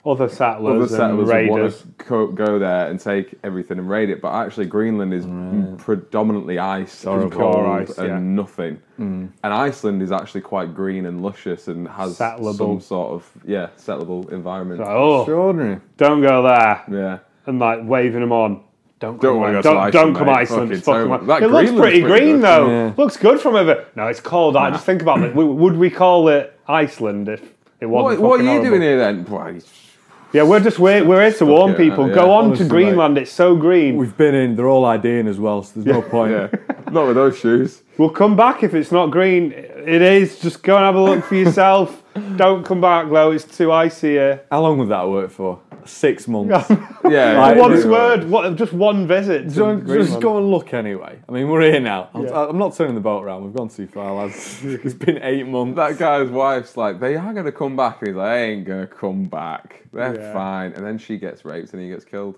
S4: Other settlers,
S6: other settlers
S4: and
S6: would want
S4: raiders.
S6: to co- go there and take everything and raid it. But actually, Greenland is predominantly ice, and
S5: horrible.
S6: cold
S4: Pure ice,
S6: and
S4: yeah. Mm.
S6: nothing. And Iceland is actually quite green and luscious and has
S4: Settlable.
S6: some sort of yeah settlable environment.
S4: Oh,
S5: Extraordinary.
S4: don't go there.
S6: Yeah.
S4: and like waving them on. Don't
S6: Don't
S4: come
S6: wanna
S4: Iceland.
S6: go to
S4: Don't,
S6: Iceland,
S4: don't come
S6: mate.
S4: Iceland.
S6: Fucking
S4: It's fucking
S6: terrible.
S4: Wa-
S6: That
S4: it looks
S6: Greenland's
S4: pretty,
S6: pretty
S4: green
S6: good.
S4: though.
S5: Yeah.
S4: Looks good from over. No, it's cold. I just think about it. W- Would we call it Iceland if it
S6: What,
S4: wasn't?
S6: what are
S4: fucking
S6: you
S4: horrible?
S6: doing here then? Why,
S4: Yeah, we're just we're, we're here to warn
S6: it,
S4: people.
S6: yeah.
S4: Go on
S5: Honestly,
S4: to Greenland. It's so green.
S5: We've been in. They're all IDing as well, so there's no point.
S6: Yeah, not with those shoes.
S4: We'll come back if it's not green. It is. Just go and have a look for
S5: (laughs)
S4: yourself. Don't come back though. It's too icy here.
S5: How long would that work for? Six
S6: (laughs)
S5: months. (laughs)
S6: Yeah,
S5: Right. One
S6: yeah,
S4: One
S6: pretty much.
S4: word. What? Just one visit. to
S5: Don't- just
S4: Greenland.
S5: go and look anyway. I mean, we're here now. I'm,
S4: Yeah.
S5: I'm not turning the boat around. We've gone too far, lads.
S4: (laughs)
S5: it's been eight months.
S6: That guy's wife's like, they are gonna come back, and he's like, they ain't gonna come back. They're
S4: Yeah.
S6: fine. And then she gets raped, and he gets killed.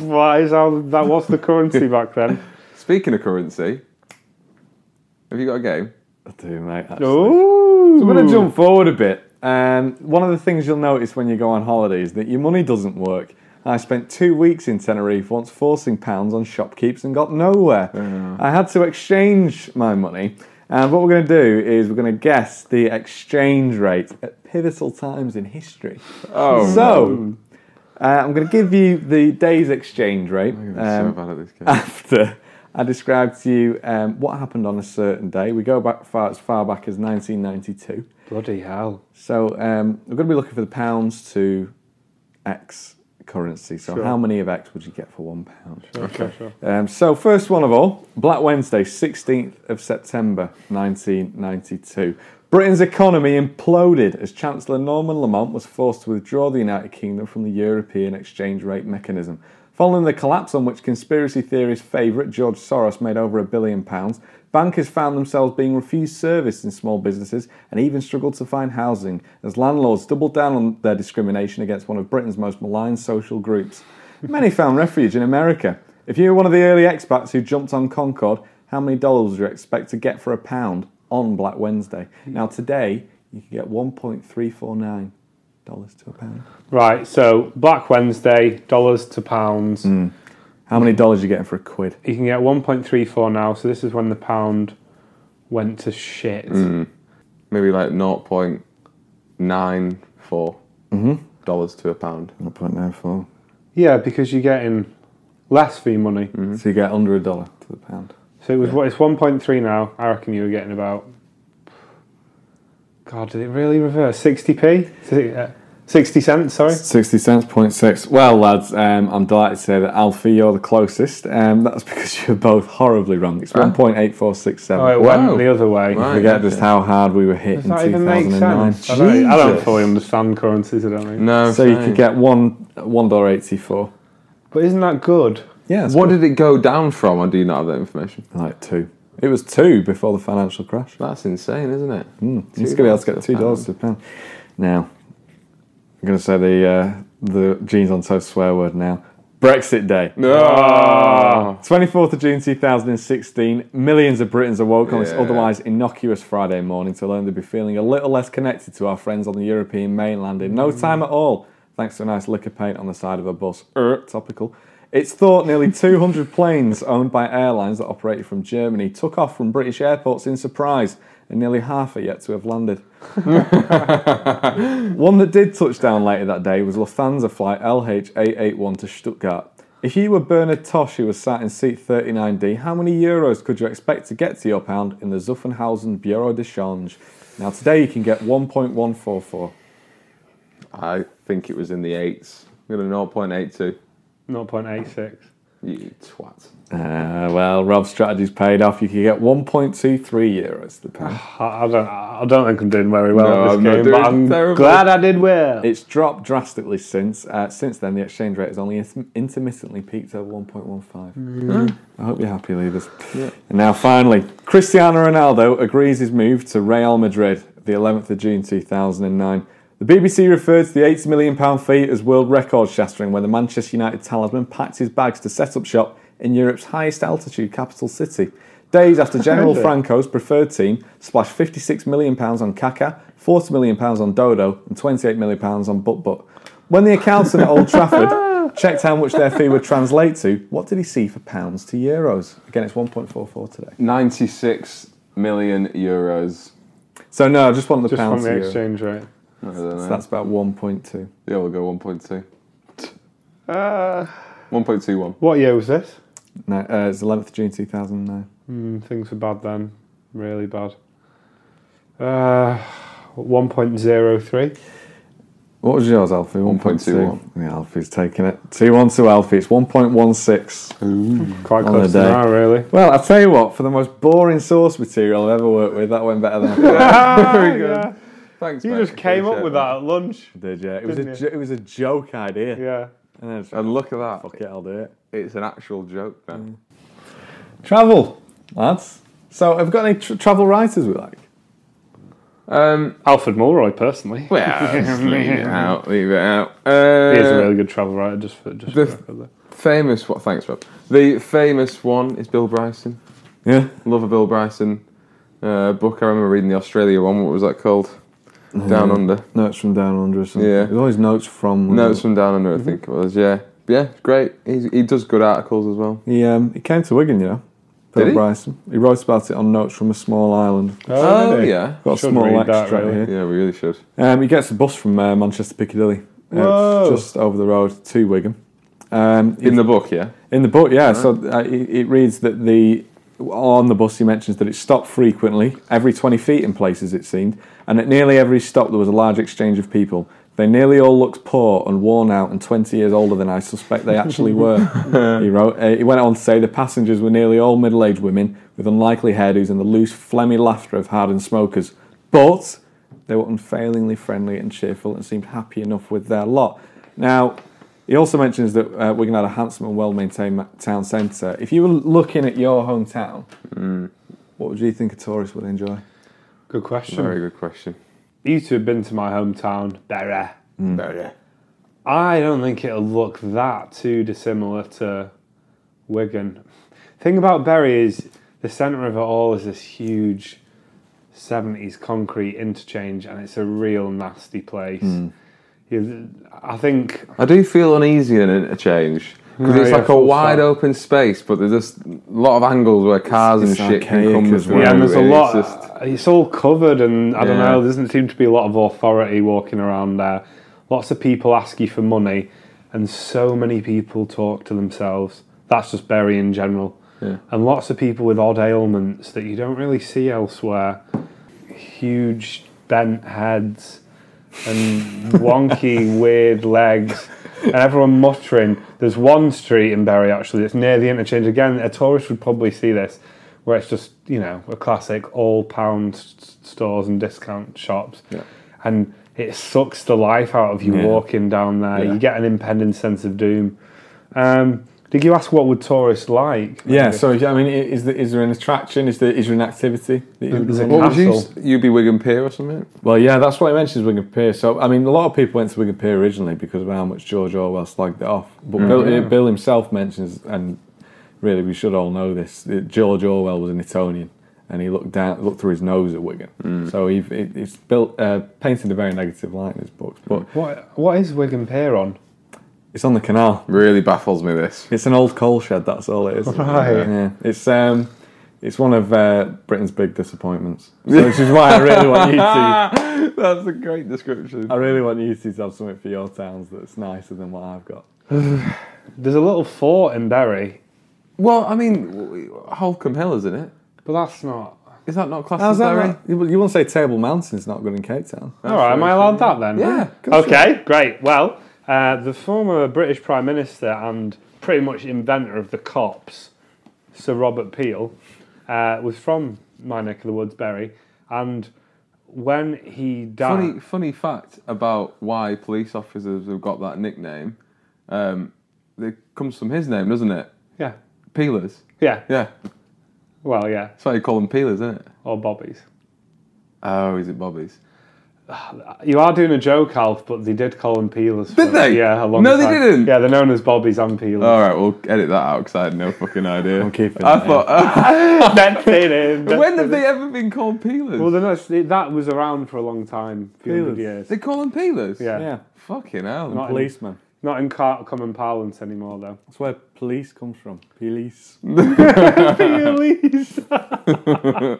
S4: Why is how that was the
S5: (laughs)
S4: currency back then?
S6: Speaking of currency, have you got a game?
S5: I do, mate. actually.
S4: Ooh.
S5: I'm
S6: Hmm.
S5: going to jump forward a bit. Um, one of the things you'll notice when you go on holiday is that your money doesn't work. I spent two weeks in Tenerife once forcing pounds on shopkeeps and got nowhere. I had to exchange my money. And what we're going to do is we're going to guess the exchange rate at pivotal times in history.
S6: Oh,
S5: So, uh, I'm going to give you the day's exchange rate
S6: I'm so
S5: um, (laughs)
S6: bad at this game.
S5: after I describe to you um, what happened on a certain day. We go back far, as far back as 1992.
S4: Bloody hell.
S5: So um, we're going to be looking for the pounds to X currency. So how many of X would you get for one pound?
S4: Okay. Sure.
S5: Um, so first one of all, Black Wednesday, 16th of September, 1992. Britain's economy imploded as Chancellor Norman Lamont was forced to withdraw the United Kingdom from the European exchange rate mechanism. Following the collapse on which conspiracy theorist favourite George Soros made over a billion pounds, bankers found themselves being refused service in small businesses and even struggled to find housing as landlords doubled down on their discrimination against one of Britain's most maligned social groups. Many found refuge in America. If you were one of the early expats who jumped on Concord, how many dollars would you expect to get for a pound on Black Wednesday? Now today, you can get one point three four nine dollars to a pound.
S4: Right, so Black Wednesday, dollars to pounds.
S5: Mm. How many dollars are you getting for a quid?
S4: You can get 1.34 now, so this is when the pound went to shit.
S5: Mm.
S6: Maybe like 0.94
S5: Mm-hmm.
S6: dollars to a pound.
S5: One point nine four.
S4: Yeah, because you're getting less fee money.
S5: Hmm. So you get under a dollar to the pound.
S4: So it was what it's 1.3 now. I reckon you were getting about. God, did it really reverse? 60p? Si- uh, 60 cents, sorry?
S5: 60 cents, point six. Well, lads, um, I'm delighted to say that Alfie, you're the closest. Um, that's (laughs) because you're both horribly wrong. It's 1.8467.
S4: Ah. Oh, it
S6: Wow.
S4: went the other way.
S6: Right.
S5: Forget just how hard we were hit
S4: Does
S5: in
S4: that even make
S5: 2009.
S4: sense? I don't, I don't
S6: Jesus.
S4: fully understand currencies, I don't think.
S6: No,
S5: So you
S6: same.
S5: could get one one dollar eighty four.
S4: But isn't that good?
S5: Yeah, that's
S6: What
S5: good.
S6: did it go down from? I do not have that information.
S5: like two? It was two before the financial crash.
S6: That's insane, isn't it?
S5: Hmm. It's gonna be able to get two dollars to a pound. Now, I'm gonna say the uh, the Jeans on Toast swear word now. Brexit Day.
S6: No.
S5: 24th of June 2016, millions of Britons awoke on this
S6: Yeah.
S5: otherwise innocuous Friday morning to learn they'd be feeling a little less connected to our friends on the European mainland in no time at all, thanks to a nice lick of paint on the side of a bus. Er, topical. It's thought nearly 200 planes owned by airlines that operated from Germany took off from British airports in surprise, and nearly half are yet to have landed. One that did touch down later that day was Lufthansa flight LH881 to Stuttgart. If you were Bernard Tosh, who was sat in seat 39D, how many euros could you expect to get to your pound in the Zuffenhausen Bureau de Change? Now, today you can get 1.144.
S6: I think it was in the eights. We're at 0.82.
S4: 0.86.
S6: You twat.
S5: Uh, well, Rob's strategy's paid off. You can get 1.23 euros to the pound.
S4: I, I don't. I don't think I'm doing very well at
S6: No,
S4: this
S6: I'm not
S4: game,
S6: doing
S4: but I'm
S6: terribly.
S4: glad I did well.
S5: (sighs) It's dropped drastically since. Uh, since then, the exchange rate has only inter- intermittently peaked at 1.15. I hope you're happy, leaders. And now, finally, Cristiano Ronaldo agrees his move to Real Madrid, the 11th of June 2009. The BBC referred to the £80 million fee as world record shattering when the Manchester United talisman packed his bags to set up shop in Europe's highest altitude capital city. Days after General
S4: Really?
S5: Franco's preferred team splashed £56 million on Kaka, £40 million on Dodo, and £28 million on Butt Butt. When the accountant at
S4: (laughs)
S5: Old Trafford checked how much their fee would translate to, what did he see for pounds to euros? Again, it's 1.44 today.
S4: Mm.
S6: 96 million euros.
S5: So, no, I just want the
S4: Just from
S5: pounds to
S4: the
S5: euro. So
S4: exchange rate.
S6: I don't know.
S5: that's about 1.2.
S6: yeah, we'll go 1.2.
S4: Uh,
S6: 1.21.
S4: what year was this?
S5: No, uh, it's 11th of June 2009.
S4: Mm, things were bad then, really bad. Uh, 1.03.
S5: What was yours, Alfie? 1.21.
S6: 1.21.
S5: Yeah, Alfie's taking it. 2 1 to Alfie. It's 1.16.
S4: Quite
S5: On
S4: close
S5: the
S4: to
S5: day.
S4: now, really.
S5: Well, I'll tell you what, for the most boring source material I've ever worked with, that went better than I thought.
S4: Ah,
S6: good.
S4: yeah.
S6: Thanks,
S4: You
S6: mate.
S4: just came up
S6: Appreciate
S4: with
S6: that.
S4: that at lunch.
S5: Did yeah? It was
S4: Didn't
S5: a jo- it was a joke idea.
S4: Yeah.
S5: And then it's like,
S6: And look at that.
S5: fuck it, I'll do it.
S6: It's an actual joke then.
S5: Travel, lads. So, have you got any tr- travel writers we like?
S4: Mm.
S6: Um,
S4: Alfred Mulroy, personally. (laughs)
S6: well, just leave it out. Leave it out.
S4: He is a
S6: Uh,
S4: really good travel writer, just for just for
S6: The-
S4: record there.
S6: famous one. Thanks, Rob. The famous one is Bill Bryson.
S5: Yeah.
S6: Love a Bill Bryson uh, book. I remember reading the Australia one. What was that called?
S4: Mm.
S6: Down Under.
S5: Notes from down under or something.
S6: Yeah.
S5: There's always notes from. uh,
S4: Mm.
S6: Notes from Down Under, I think it was. Yeah. Yeah, great. He's, he does good articles as well.
S5: He um he came to Wigan, you know. Bill
S6: Did he?
S5: Bryson. He wrote about it on Notes from a Small Island.
S4: Oh, really?
S6: yeah.
S5: Got a
S4: Should
S5: small
S4: read that,
S5: extract
S4: really.
S5: here.
S6: Yeah, we really should.
S5: Um, he gets a bus from uh, Manchester Piccadilly. Uh, it's
S4: Whoa.
S5: just over the road to Wigan. Um,
S6: In the book, yeah.
S5: In the book, yeah. So uh, it, it reads that the on the bus he mentions that it stopped frequently, every 20 feet in places it seemed, and at nearly every stop there was a large exchange of people. They nearly all looked poor and worn out and 20 years older than I suspect they actually were, he wrote. Uh, he went on to say the passengers were nearly all middle aged women with unlikely hairdos and the loose, phlegmy laughter of hardened smokers. But they were unfailingly friendly and cheerful and seemed happy enough with their lot. Now, he also mentions that uh, Wigan had a handsome and well maintained ma- town centre. If you were looking at your hometown, what would you think a tourist would enjoy?
S4: Good question.
S6: Very good question.
S4: You two have been to my hometown, Berre. I don't think it'll look that too dissimilar to Wigan. Thing about Bury is the centre of it all is this huge 70s concrete interchange, and it's a real nasty place. You- I think
S6: I do feel uneasy in an interchange because
S4: No,
S6: it's
S4: yeah,
S6: like a
S4: full
S6: wide
S4: stop.
S6: open space, but there's just a lot of angles where cars
S5: It's-
S6: and
S5: it's
S6: shit can
S5: archaic
S6: come
S5: as
S6: between.
S5: well.
S4: yeah, and there's a
S6: it's
S4: lot.
S6: just-
S4: it's all covered, and I don't
S6: Yeah.
S4: know. There doesn't seem to be a lot of authority walking around there. Lots of people ask you for money, and so many people talk to themselves. That's just Bury in general,
S6: Yeah.
S4: and lots of people with odd ailments that you don't really see elsewhere. Huge bent heads and wonky, (laughs) weird legs, and everyone muttering. There's one street in Bury actually that's near the interchange. Again, a tourist would probably see this, where it's just you know a classic all pound s- stores and discount shops, and it sucks the life out of you
S5: Yeah.
S4: walking down there.
S5: Yeah.
S4: You get an impending sense of doom. Um, Did you ask what would tourists like?
S5: Yeah, so I mean, i- is there, is there an attraction? Is there is there an activity? That you would
S4: There's a
S5: recommend?
S6: What would you?
S4: Castle.
S6: s- You'd be Wigan Pier or something?
S5: Well, yeah, that's what I mentioned is Wigan Pier. So, I mean, a lot of people went to Wigan Pier originally because of how much George Orwell slagged it off. But Bill, uh, Bill himself mentions, and really we should all know this, that George Orwell was an Etonian and he looked down, looked through his nose at Wigan. So he, it, it's built, uh, painted a very negative light in his books. But
S4: What What is Wigan Pier on?
S5: it's on the canal.
S6: Really baffles me this.
S5: It's an old coal shed. That's all it is.
S4: (laughs) Right.
S5: Yeah. It's um, it's one of uh, Britain's
S4: (laughs)
S5: big disappointments, so, which is why I really want you to.
S6: (laughs) That's a great description.
S5: I really want you two to have something for your towns that's nicer than what I've got.
S4: There's a little fort in Bury,
S6: Well, I mean, w- w- Holcombe Hill, isn't it?
S4: but that's not.
S6: Is that not classed as Derry?
S5: You you wouldn't say Table Mountain's not good in Cape Town.
S4: All right, am I allowed that then?
S6: Yeah, of course
S4: Okay, great. Well, uh, the former British Prime Minister and pretty much inventor of the cops, Sir Robert Peel, uh, was from my neck of the woods, Bury, and when he died,
S6: Funny, funny fact about why police officers have got that nickname. Um, it comes from his name, doesn't it?
S4: yeah,
S6: Peelers.
S4: yeah,
S6: Yeah,
S4: well, yeah,
S6: that's why you call them peelers, isn't it?
S4: or Bobby's.
S6: Oh, is it Bobby's?
S4: You are doing a joke, Alf, but they did call them Peelers. for-
S6: Did they?
S4: Yeah, a long
S6: No, they
S4: time.
S6: didn't. Oh.
S4: Yeah, they're known as Bobbies and Peelers.
S6: All right, we'll edit that out because I had no fucking idea.
S5: I'm keeping
S6: I
S5: it, yeah.
S6: thought,
S4: (laughs)
S6: uh,
S4: That's it, and that's
S6: (laughs) when
S4: it.
S6: have they ever been called peelers?
S4: Well, they're not, they- that was around for a long time, few hundred
S5: Peelers.
S4: years.
S6: they call them peelers.
S4: Yeah.
S5: Yeah,
S6: Fucking hell.
S4: Not in-
S5: policeman.
S4: Not in car- common parlance anymore, though.
S5: That's where police comes from. Police.
S4: Mm.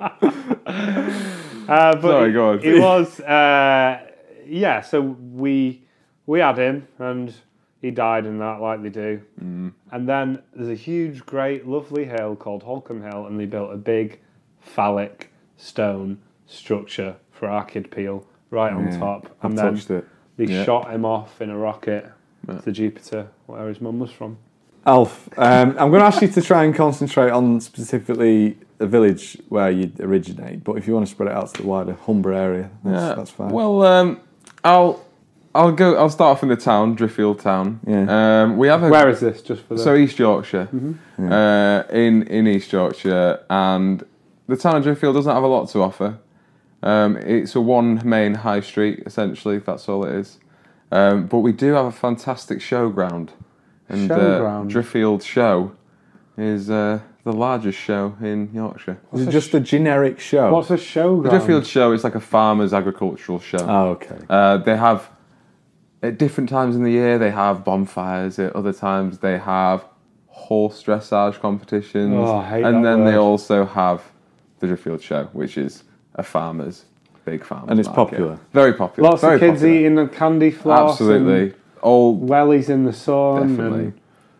S4: (laughs) Peelers. uh, but
S6: Sorry,
S4: it,
S6: go on.
S4: it was, uh, yeah. So we we had him, and he died, and that like they do. And then there's a huge, great, lovely hill called Holcombe Hill, and they built a big phallic stone structure for our kid Peel right on top.
S5: I've
S4: and then
S5: touched it.
S4: they
S6: Yeah.
S4: shot him off in a rocket to Jupiter, where his mum was from.
S5: Alf, um, I'm going to ask you to try and concentrate on specifically the village where you originate, but if you want to spread it out to the wider Humber area, that's,
S6: Yeah.
S5: that's fine.
S6: Well, um, I'll I'll go. I'll start off in the town, Driffield Town.
S5: Yeah.
S6: Um, we have a
S4: Where is this? Just for the
S6: so East Yorkshire, uh, in in East Yorkshire, and the town of Driffield doesn't have a lot to offer. Um, it's a one main high street essentially. That's all it is. Um, but we do have a fantastic showground, and
S4: Showground?
S6: Uh, Driffield Show is uh, the largest show in Yorkshire.
S5: Is it just a generic show?
S4: what's a show?
S6: The Driffield Show is like a farmers' agricultural show.
S5: oh, okay.
S6: Uh, they have at different times in the year they have bonfires. At other times they have horse dressage competitions,
S4: Oh, I hate
S6: and
S4: that
S6: then they
S4: word.
S6: also have the Driffield Show, which is a farmer's big farmer's
S5: And it's
S6: market.
S5: popular.
S6: very popular.
S4: Lots
S6: very
S4: of kids
S6: popular.
S4: eating the candy floss.
S6: absolutely
S4: and
S6: all
S4: wellies in the sun.
S6: definitely,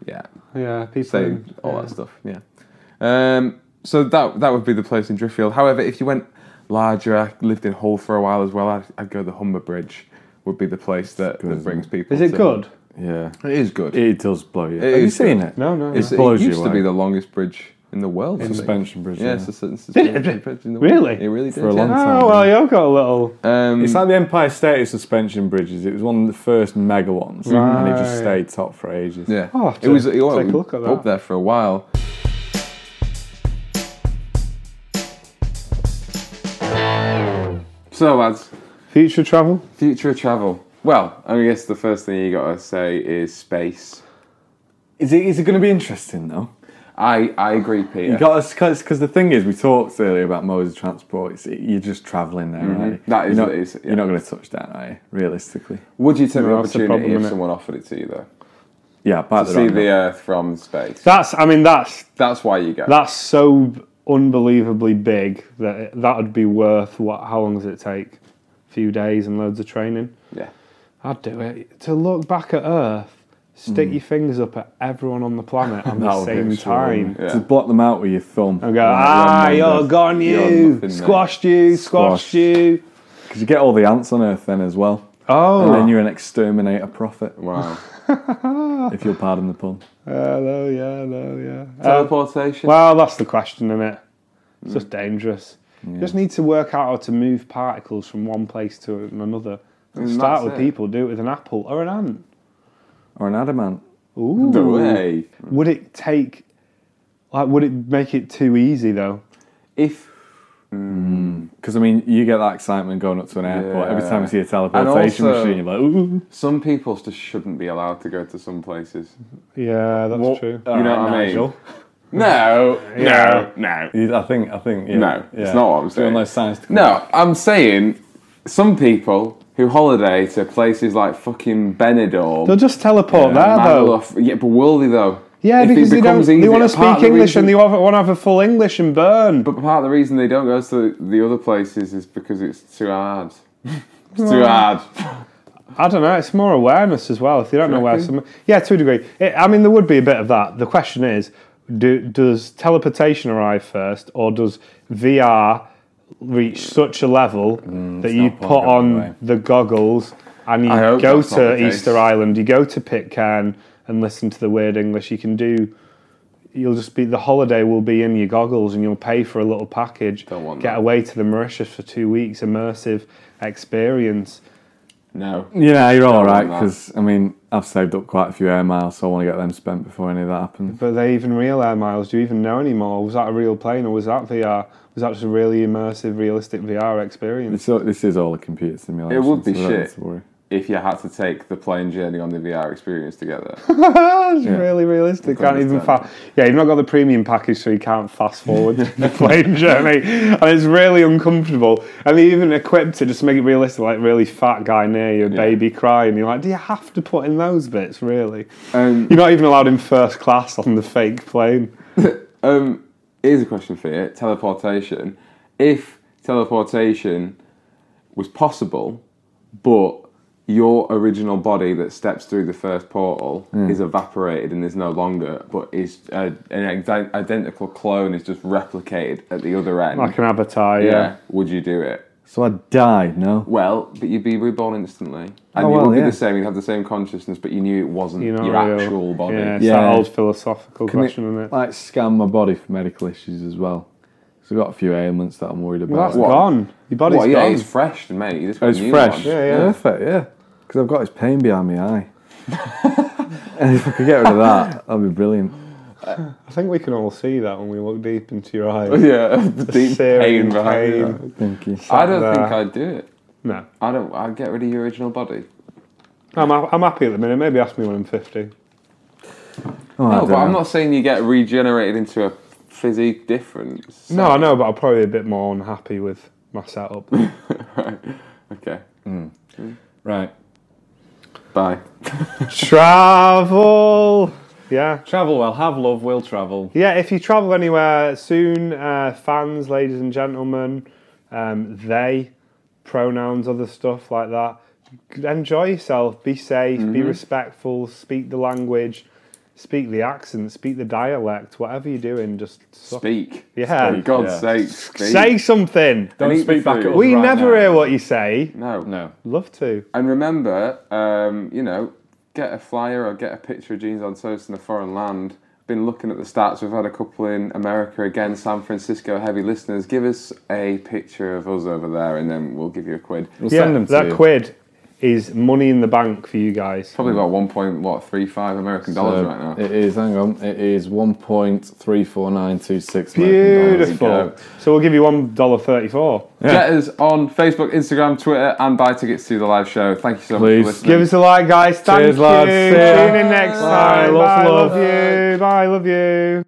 S6: yeah.
S4: And, Mm, yeah, people.
S6: Say
S4: in-
S6: all that stuff, yeah. Um, so that that would be the place in Driffield. However, if you went larger, I lived in Hull for a while as well. I'd, I'd go the Humber Bridge. Would be the place that,
S5: good,
S6: that
S5: isn't
S6: brings
S5: it?
S6: people.
S4: Is it
S6: to-
S4: good?
S5: Yeah.
S6: It is good.
S5: It does blow you.
S6: It
S5: Have you
S6: is
S5: seen
S6: good.
S5: it?
S4: No, no.
S6: It's-
S5: It
S6: it
S5: blows
S6: used
S5: you
S6: to be
S5: away.
S6: the longest bridge in the world. I think.
S5: Suspension bridge.
S6: Yeah,
S5: yeah.
S6: it's the suspension bridge in the world.
S4: Really?
S6: It really did.
S5: For a long
S6: yeah.
S5: time.
S4: Oh well, you've got a little.
S6: Um,
S5: It's like the Empire State suspension bridges. It was one of the first mega ones, and it just
S4: Right.
S5: stayed top for ages.
S6: yeah.
S4: I'll have
S6: it
S4: to
S6: was it was
S4: take a look at
S6: up
S4: that.
S6: there for a while. So lads,
S4: Future travel.
S6: future of travel. Well, I guess the first thing you gotta say is space.
S5: Is it, is it going to be interesting though?
S6: I I agree, Peter.
S5: You got because because the thing is, we talked earlier about modes of transport. It's, you're just travelling there, aren't you?
S6: Mm-hmm. That is
S5: you're
S6: what
S5: not,
S6: it is, yeah.
S5: You're not going to touch down, are you? Realistically,
S6: Would you take the
S4: that's the
S6: opportunity
S4: problem,
S6: if
S4: innit?
S6: someone offered it to you though?
S5: yeah. Back
S6: To see the uh, Earth from space.
S4: That's. I mean, that's
S6: That's why you go.
S4: that's so unbelievably big that it, that'd be worth what? How long does it take? A few days and loads of training.
S6: yeah.
S4: I'd do it. To look back at Earth,
S6: Mm.
S4: stick your fingers up at everyone on the
S6: (laughs)
S4: planet at the same time.
S6: Yeah.
S5: to block them out with your thumb.
S4: And go,
S5: Right,
S4: ah,
S5: right,
S4: you're
S5: right.
S4: gone,
S6: You're
S4: you.
S6: nothing, mate.
S4: squashed you, squashed
S5: Squashed.
S4: you.
S5: 'Cause you get all the ants on Earth then as well,
S4: Oh,
S5: and then you're an exterminator prophet,
S6: Wow.
S5: if you'll pardon the pun.
S4: hello, yeah, hello, yeah. Uh,
S6: (laughs) Teleportation.
S4: well, that's the question, isn't it? It's just
S6: Hmm.
S4: dangerous. Just need to work out how to move particles from one place to another.
S6: And
S4: Start
S6: that's
S4: with
S6: it.
S4: people, do it with an apple or an ant.
S5: or an adamant.
S4: Ooh.
S6: No way.
S4: Would it take? Like, would it make it too easy though?
S6: If
S5: Because I mean, you get that excitement going up to an airport every time you see a teleportation
S6: And also-
S5: machine. You're like, ooh,
S6: some people just shouldn't be allowed to go to some places.
S4: Yeah, that's
S6: Well, uh,
S4: true.
S6: You know what I mean?
S5: Nigel.
S6: No,
S4: Yeah.
S6: no, no.
S5: You- I think, I think, yeah,
S6: No,
S5: yeah.
S6: it's not what I'm saying.
S5: Doing those science. to-
S6: No, I'm saying some people who holiday to places like fucking Benidorm.
S4: They'll just teleport there Ah, though.
S6: Magaluf- Yeah, but will they though?
S4: Yeah,
S6: If it
S4: because they don't.
S6: becomes
S4: They
S6: easy-
S4: want to
S6: part of
S4: speak
S6: the
S4: English
S6: reason-
S4: and they want to have a full English and burn.
S6: But part of the reason they don't go to the other places is because it's
S4: (laughs)
S6: too hard. it's too hard.
S4: I don't know. It's more awareness as well. If you don't know where
S6: reckon?
S4: some, yeah, to a degree. It, I mean, there would be a bit of that. The question is, do, does teleportation arrive first, or does VR reach such a level
S6: Mm,
S4: that you
S5: not
S4: put
S5: going away.
S4: on the goggles and you
S6: I hope
S4: go
S6: that's not the
S4: to
S6: case.
S4: Easter Island, you go to Pitcairn, and listen to the weird English? You can do. You'll just be the holiday will be in your goggles, and you'll pay for a little package.
S6: Don't want
S4: get
S6: that.
S4: away to the Mauritius for two weeks, immersive experience.
S6: No.
S5: Yeah, you're all right.
S6: want that.
S5: Because I mean, I've saved up quite a few air miles, so I want to get them spent before any of that happens.
S4: But they even real air miles? Do you even know anymore? Was that a real plane or was that VR? Was that just a really immersive, realistic VR experience? (laughs)
S5: (laughs) This, this is all a computer simulation.
S6: It would be
S5: so I don't
S6: shit.
S5: have to worry.
S6: If you had to take the plane journey on the VR
S4: (laughs)
S6: experience together,
S4: That's really realistic. Can't even fa-
S6: understand.
S4: Yeah, you've not got the premium package, so you can't fast forward to the plane journey, and it's really uncomfortable. And they even equipped to just make it realistic, like really fat guy near you, a baby crying. You're like, do you have to put in those bits? Really?
S6: um,
S4: You're not even allowed in first class on the fake plane.
S6: um, here's a question for you: teleportation. If teleportation was possible, but your original body that steps through the first portal is evaporated and is no longer, but is uh, an ident- identical clone is just replicated at the other end.
S4: Like an avatar, yeah.
S6: yeah, would you do it?
S5: So I died. No.
S6: Well, but you'd be reborn instantly, and
S5: Oh,
S6: you
S5: well,
S6: would be
S5: yeah.
S6: the same. You'd have the same consciousness, but you knew it wasn't
S4: You're
S6: your
S4: not real.
S6: actual body.
S4: Yeah, it's
S5: Yeah.
S4: that old philosophical
S5: Can
S4: question, isn't it?
S5: it, like scan my body for medical issues as well? Because I've got a few ailments that I'm worried about.
S4: Well, that's
S6: What?
S4: gone. Your body's
S6: Well, yeah,
S4: gone.
S6: it's fresh, mate. You just got
S5: It's
S6: a new
S5: fresh.
S6: one.
S4: yeah.
S5: Perfect, yeah. Because I've got his pain behind my
S6: (laughs)
S5: eye. and if I could get rid of that, that'd be brilliant.
S4: I think we can all see that when we look deep into your eyes.
S6: (laughs) Yeah, the deep
S4: Searing
S6: pain behind
S4: pain.
S6: it.
S5: Thank you.
S6: I don't
S4: there.
S6: think I'd do it.
S4: No,
S6: I don't. I'd get rid of your original body.
S4: I'm, ha- I'm happy at the minute. Maybe ask me when I'm 50.
S5: Oh, I
S6: No,
S5: don't
S6: but I'm
S5: know.
S6: not saying you get regenerated into a physique difference.
S5: Mm.
S4: No, I know, but I'm probably a bit more unhappy with my
S6: (laughs)
S4: setup.
S6: Okay.
S5: Right.
S6: Bye.
S4: travel! Yeah.
S5: Travel well, have love, will travel.
S4: Yeah, if you travel anywhere soon, uh, fans, ladies and gentlemen, um, they, pronouns, other stuff like that, enjoy yourself, be safe, be
S6: Mm-hmm.
S4: respectful, speak the language, speak the accent, speak the dialect, whatever you're doing, just suck
S6: Speak.
S4: Yeah.
S6: For God's
S5: Yeah.
S6: sake, speak.
S4: Say something.
S6: And eat
S5: Don't
S6: the
S5: speak back
S6: food.
S5: at us.
S4: We
S5: right
S4: never
S5: now.
S4: hear what you say.
S6: No.
S5: No.
S4: Love to.
S6: And remember, um, you know, get a flyer or get a picture of jeans on toast in a foreign land. Been looking at the stats. We've had a couple in America again, San Francisco heavy listeners. Give us a picture of us over there, and then we'll give you a quid.
S5: We'll
S4: yeah,
S5: send them to
S4: that
S5: you.
S4: quid is money in the bank for you guys.
S6: Probably about one point what three five American
S5: So
S6: dollars right now.
S5: It is, hang on, it is 1.34926 American dollars.
S4: Beautiful.
S6: go.
S4: So we'll give you one dollar thirty-four.
S6: Get us on Facebook, Instagram, Twitter, and buy tickets to the live show. Thank you so
S5: Please.
S6: much for listening.
S4: Give us a like, guys. Thank
S5: Cheers,
S4: you.
S5: lads. See ya.
S4: Tune in next
S5: Bye.
S4: time.
S5: Lots of
S4: Bye.
S5: love.
S4: love you. Bye. Love you.